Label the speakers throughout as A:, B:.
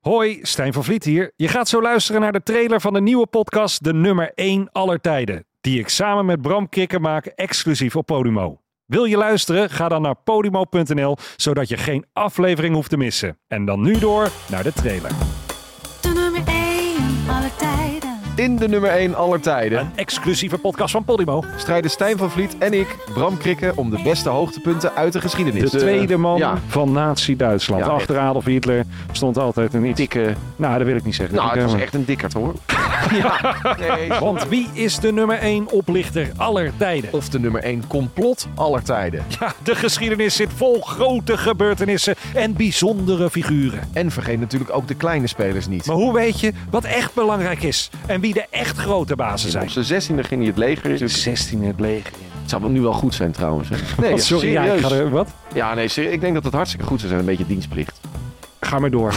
A: Hoi, Stijn van Vliet hier. Je gaat zo luisteren naar de trailer van de nieuwe podcast De Nummer 1 aller tijden. Die ik samen met Bram Kikker maak exclusief op Podimo. Wil je luisteren? Ga dan naar podimo.nl, zodat je geen aflevering hoeft te missen. En dan nu door naar de trailer.
B: De nummer 1 aller tijden.
C: In de nummer 1 aller tijden
A: Een exclusieve podcast van Podimo.
C: strijden Stijn van Vliet en ik, Bram Krikke, om de beste hoogtepunten uit de
A: De
C: geschiedenis.
A: tweede man
C: eh, ja.
A: van Nazi-Duitsland.
C: Ja, echt.
A: Achter Adolf Hitler stond altijd een iets...
C: dikke.
A: Nou, dat wil ik niet zeggen.
C: Nou,
A: Dat
C: het was
A: ik, eh,
C: echt een dikkerd hoor. ja, nee.
A: Want wie is de nummer 1 oplichter aller tijden?
C: Of de nummer 1 complot aller tijden.
A: Ja, de geschiedenis zit vol grote gebeurtenissen en bijzondere figuren.
C: En vergeet natuurlijk ook de kleine spelers niet.
A: Maar hoe weet je wat echt belangrijk is en wie de echt grote bazen zijn?
D: Op zijn zestiende ging hij het leger in.
A: 16 in het leger.
D: Het zou nu wel goed zijn trouwens. hè. Nee,
A: Oh, sorry, ja, ik
D: serieus.
A: ga er, wat?
D: Ja, nee, serie- ik denk dat het hartstikke goed zou zijn. Een beetje dienstplicht.
A: Ga maar door.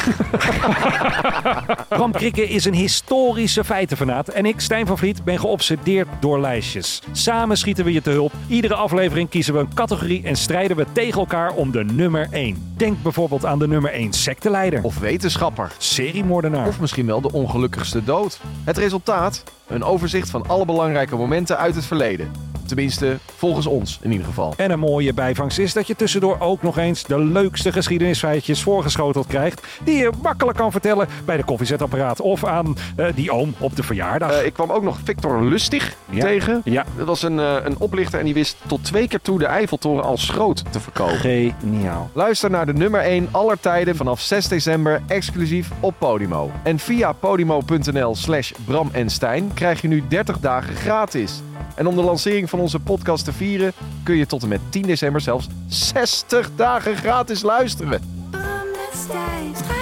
A: Bram Krikke is een historische feitenfanaat. En ik, Stijn van Vliet, ben geobsedeerd door lijstjes. Samen schieten we je te hulp. Iedere aflevering kiezen we een categorie en strijden we tegen elkaar om de nummer 1. Denk bijvoorbeeld aan de nummer 1 secteleider of
C: Of wetenschapper.
A: seriemoordenaar.
C: Of misschien wel de ongelukkigste dood. Het resultaat? Een overzicht van alle belangrijke momenten uit het verleden. Tenminste, volgens ons in ieder geval.
A: En een mooie bijvangst is dat je tussendoor ook nog eens de leukste geschiedenisfeitjes voorgeschoteld krijgt. Die je makkelijk kan vertellen bij de koffiezetapparaat of aan eh, die oom op de verjaardag.
D: Eh, ik kwam ook nog Victor Lustig
A: Ja.
D: tegen.
A: Ja.
D: Dat was een, eh, een oplichter en die wist tot twee keer toe de Eiffeltoren als schroot te verkopen.
A: Geniaal.
C: Luister naar de nummer 1 aller tijden vanaf 6 december exclusief op Podimo. En via podimo.nl slash Bram en Stijn krijg je nu 30 dagen gratis. En om de lancering van onze podcast te vieren kun je tot en met 10 december zelfs 60 dagen gratis luisteren.
B: Bram en Stijn.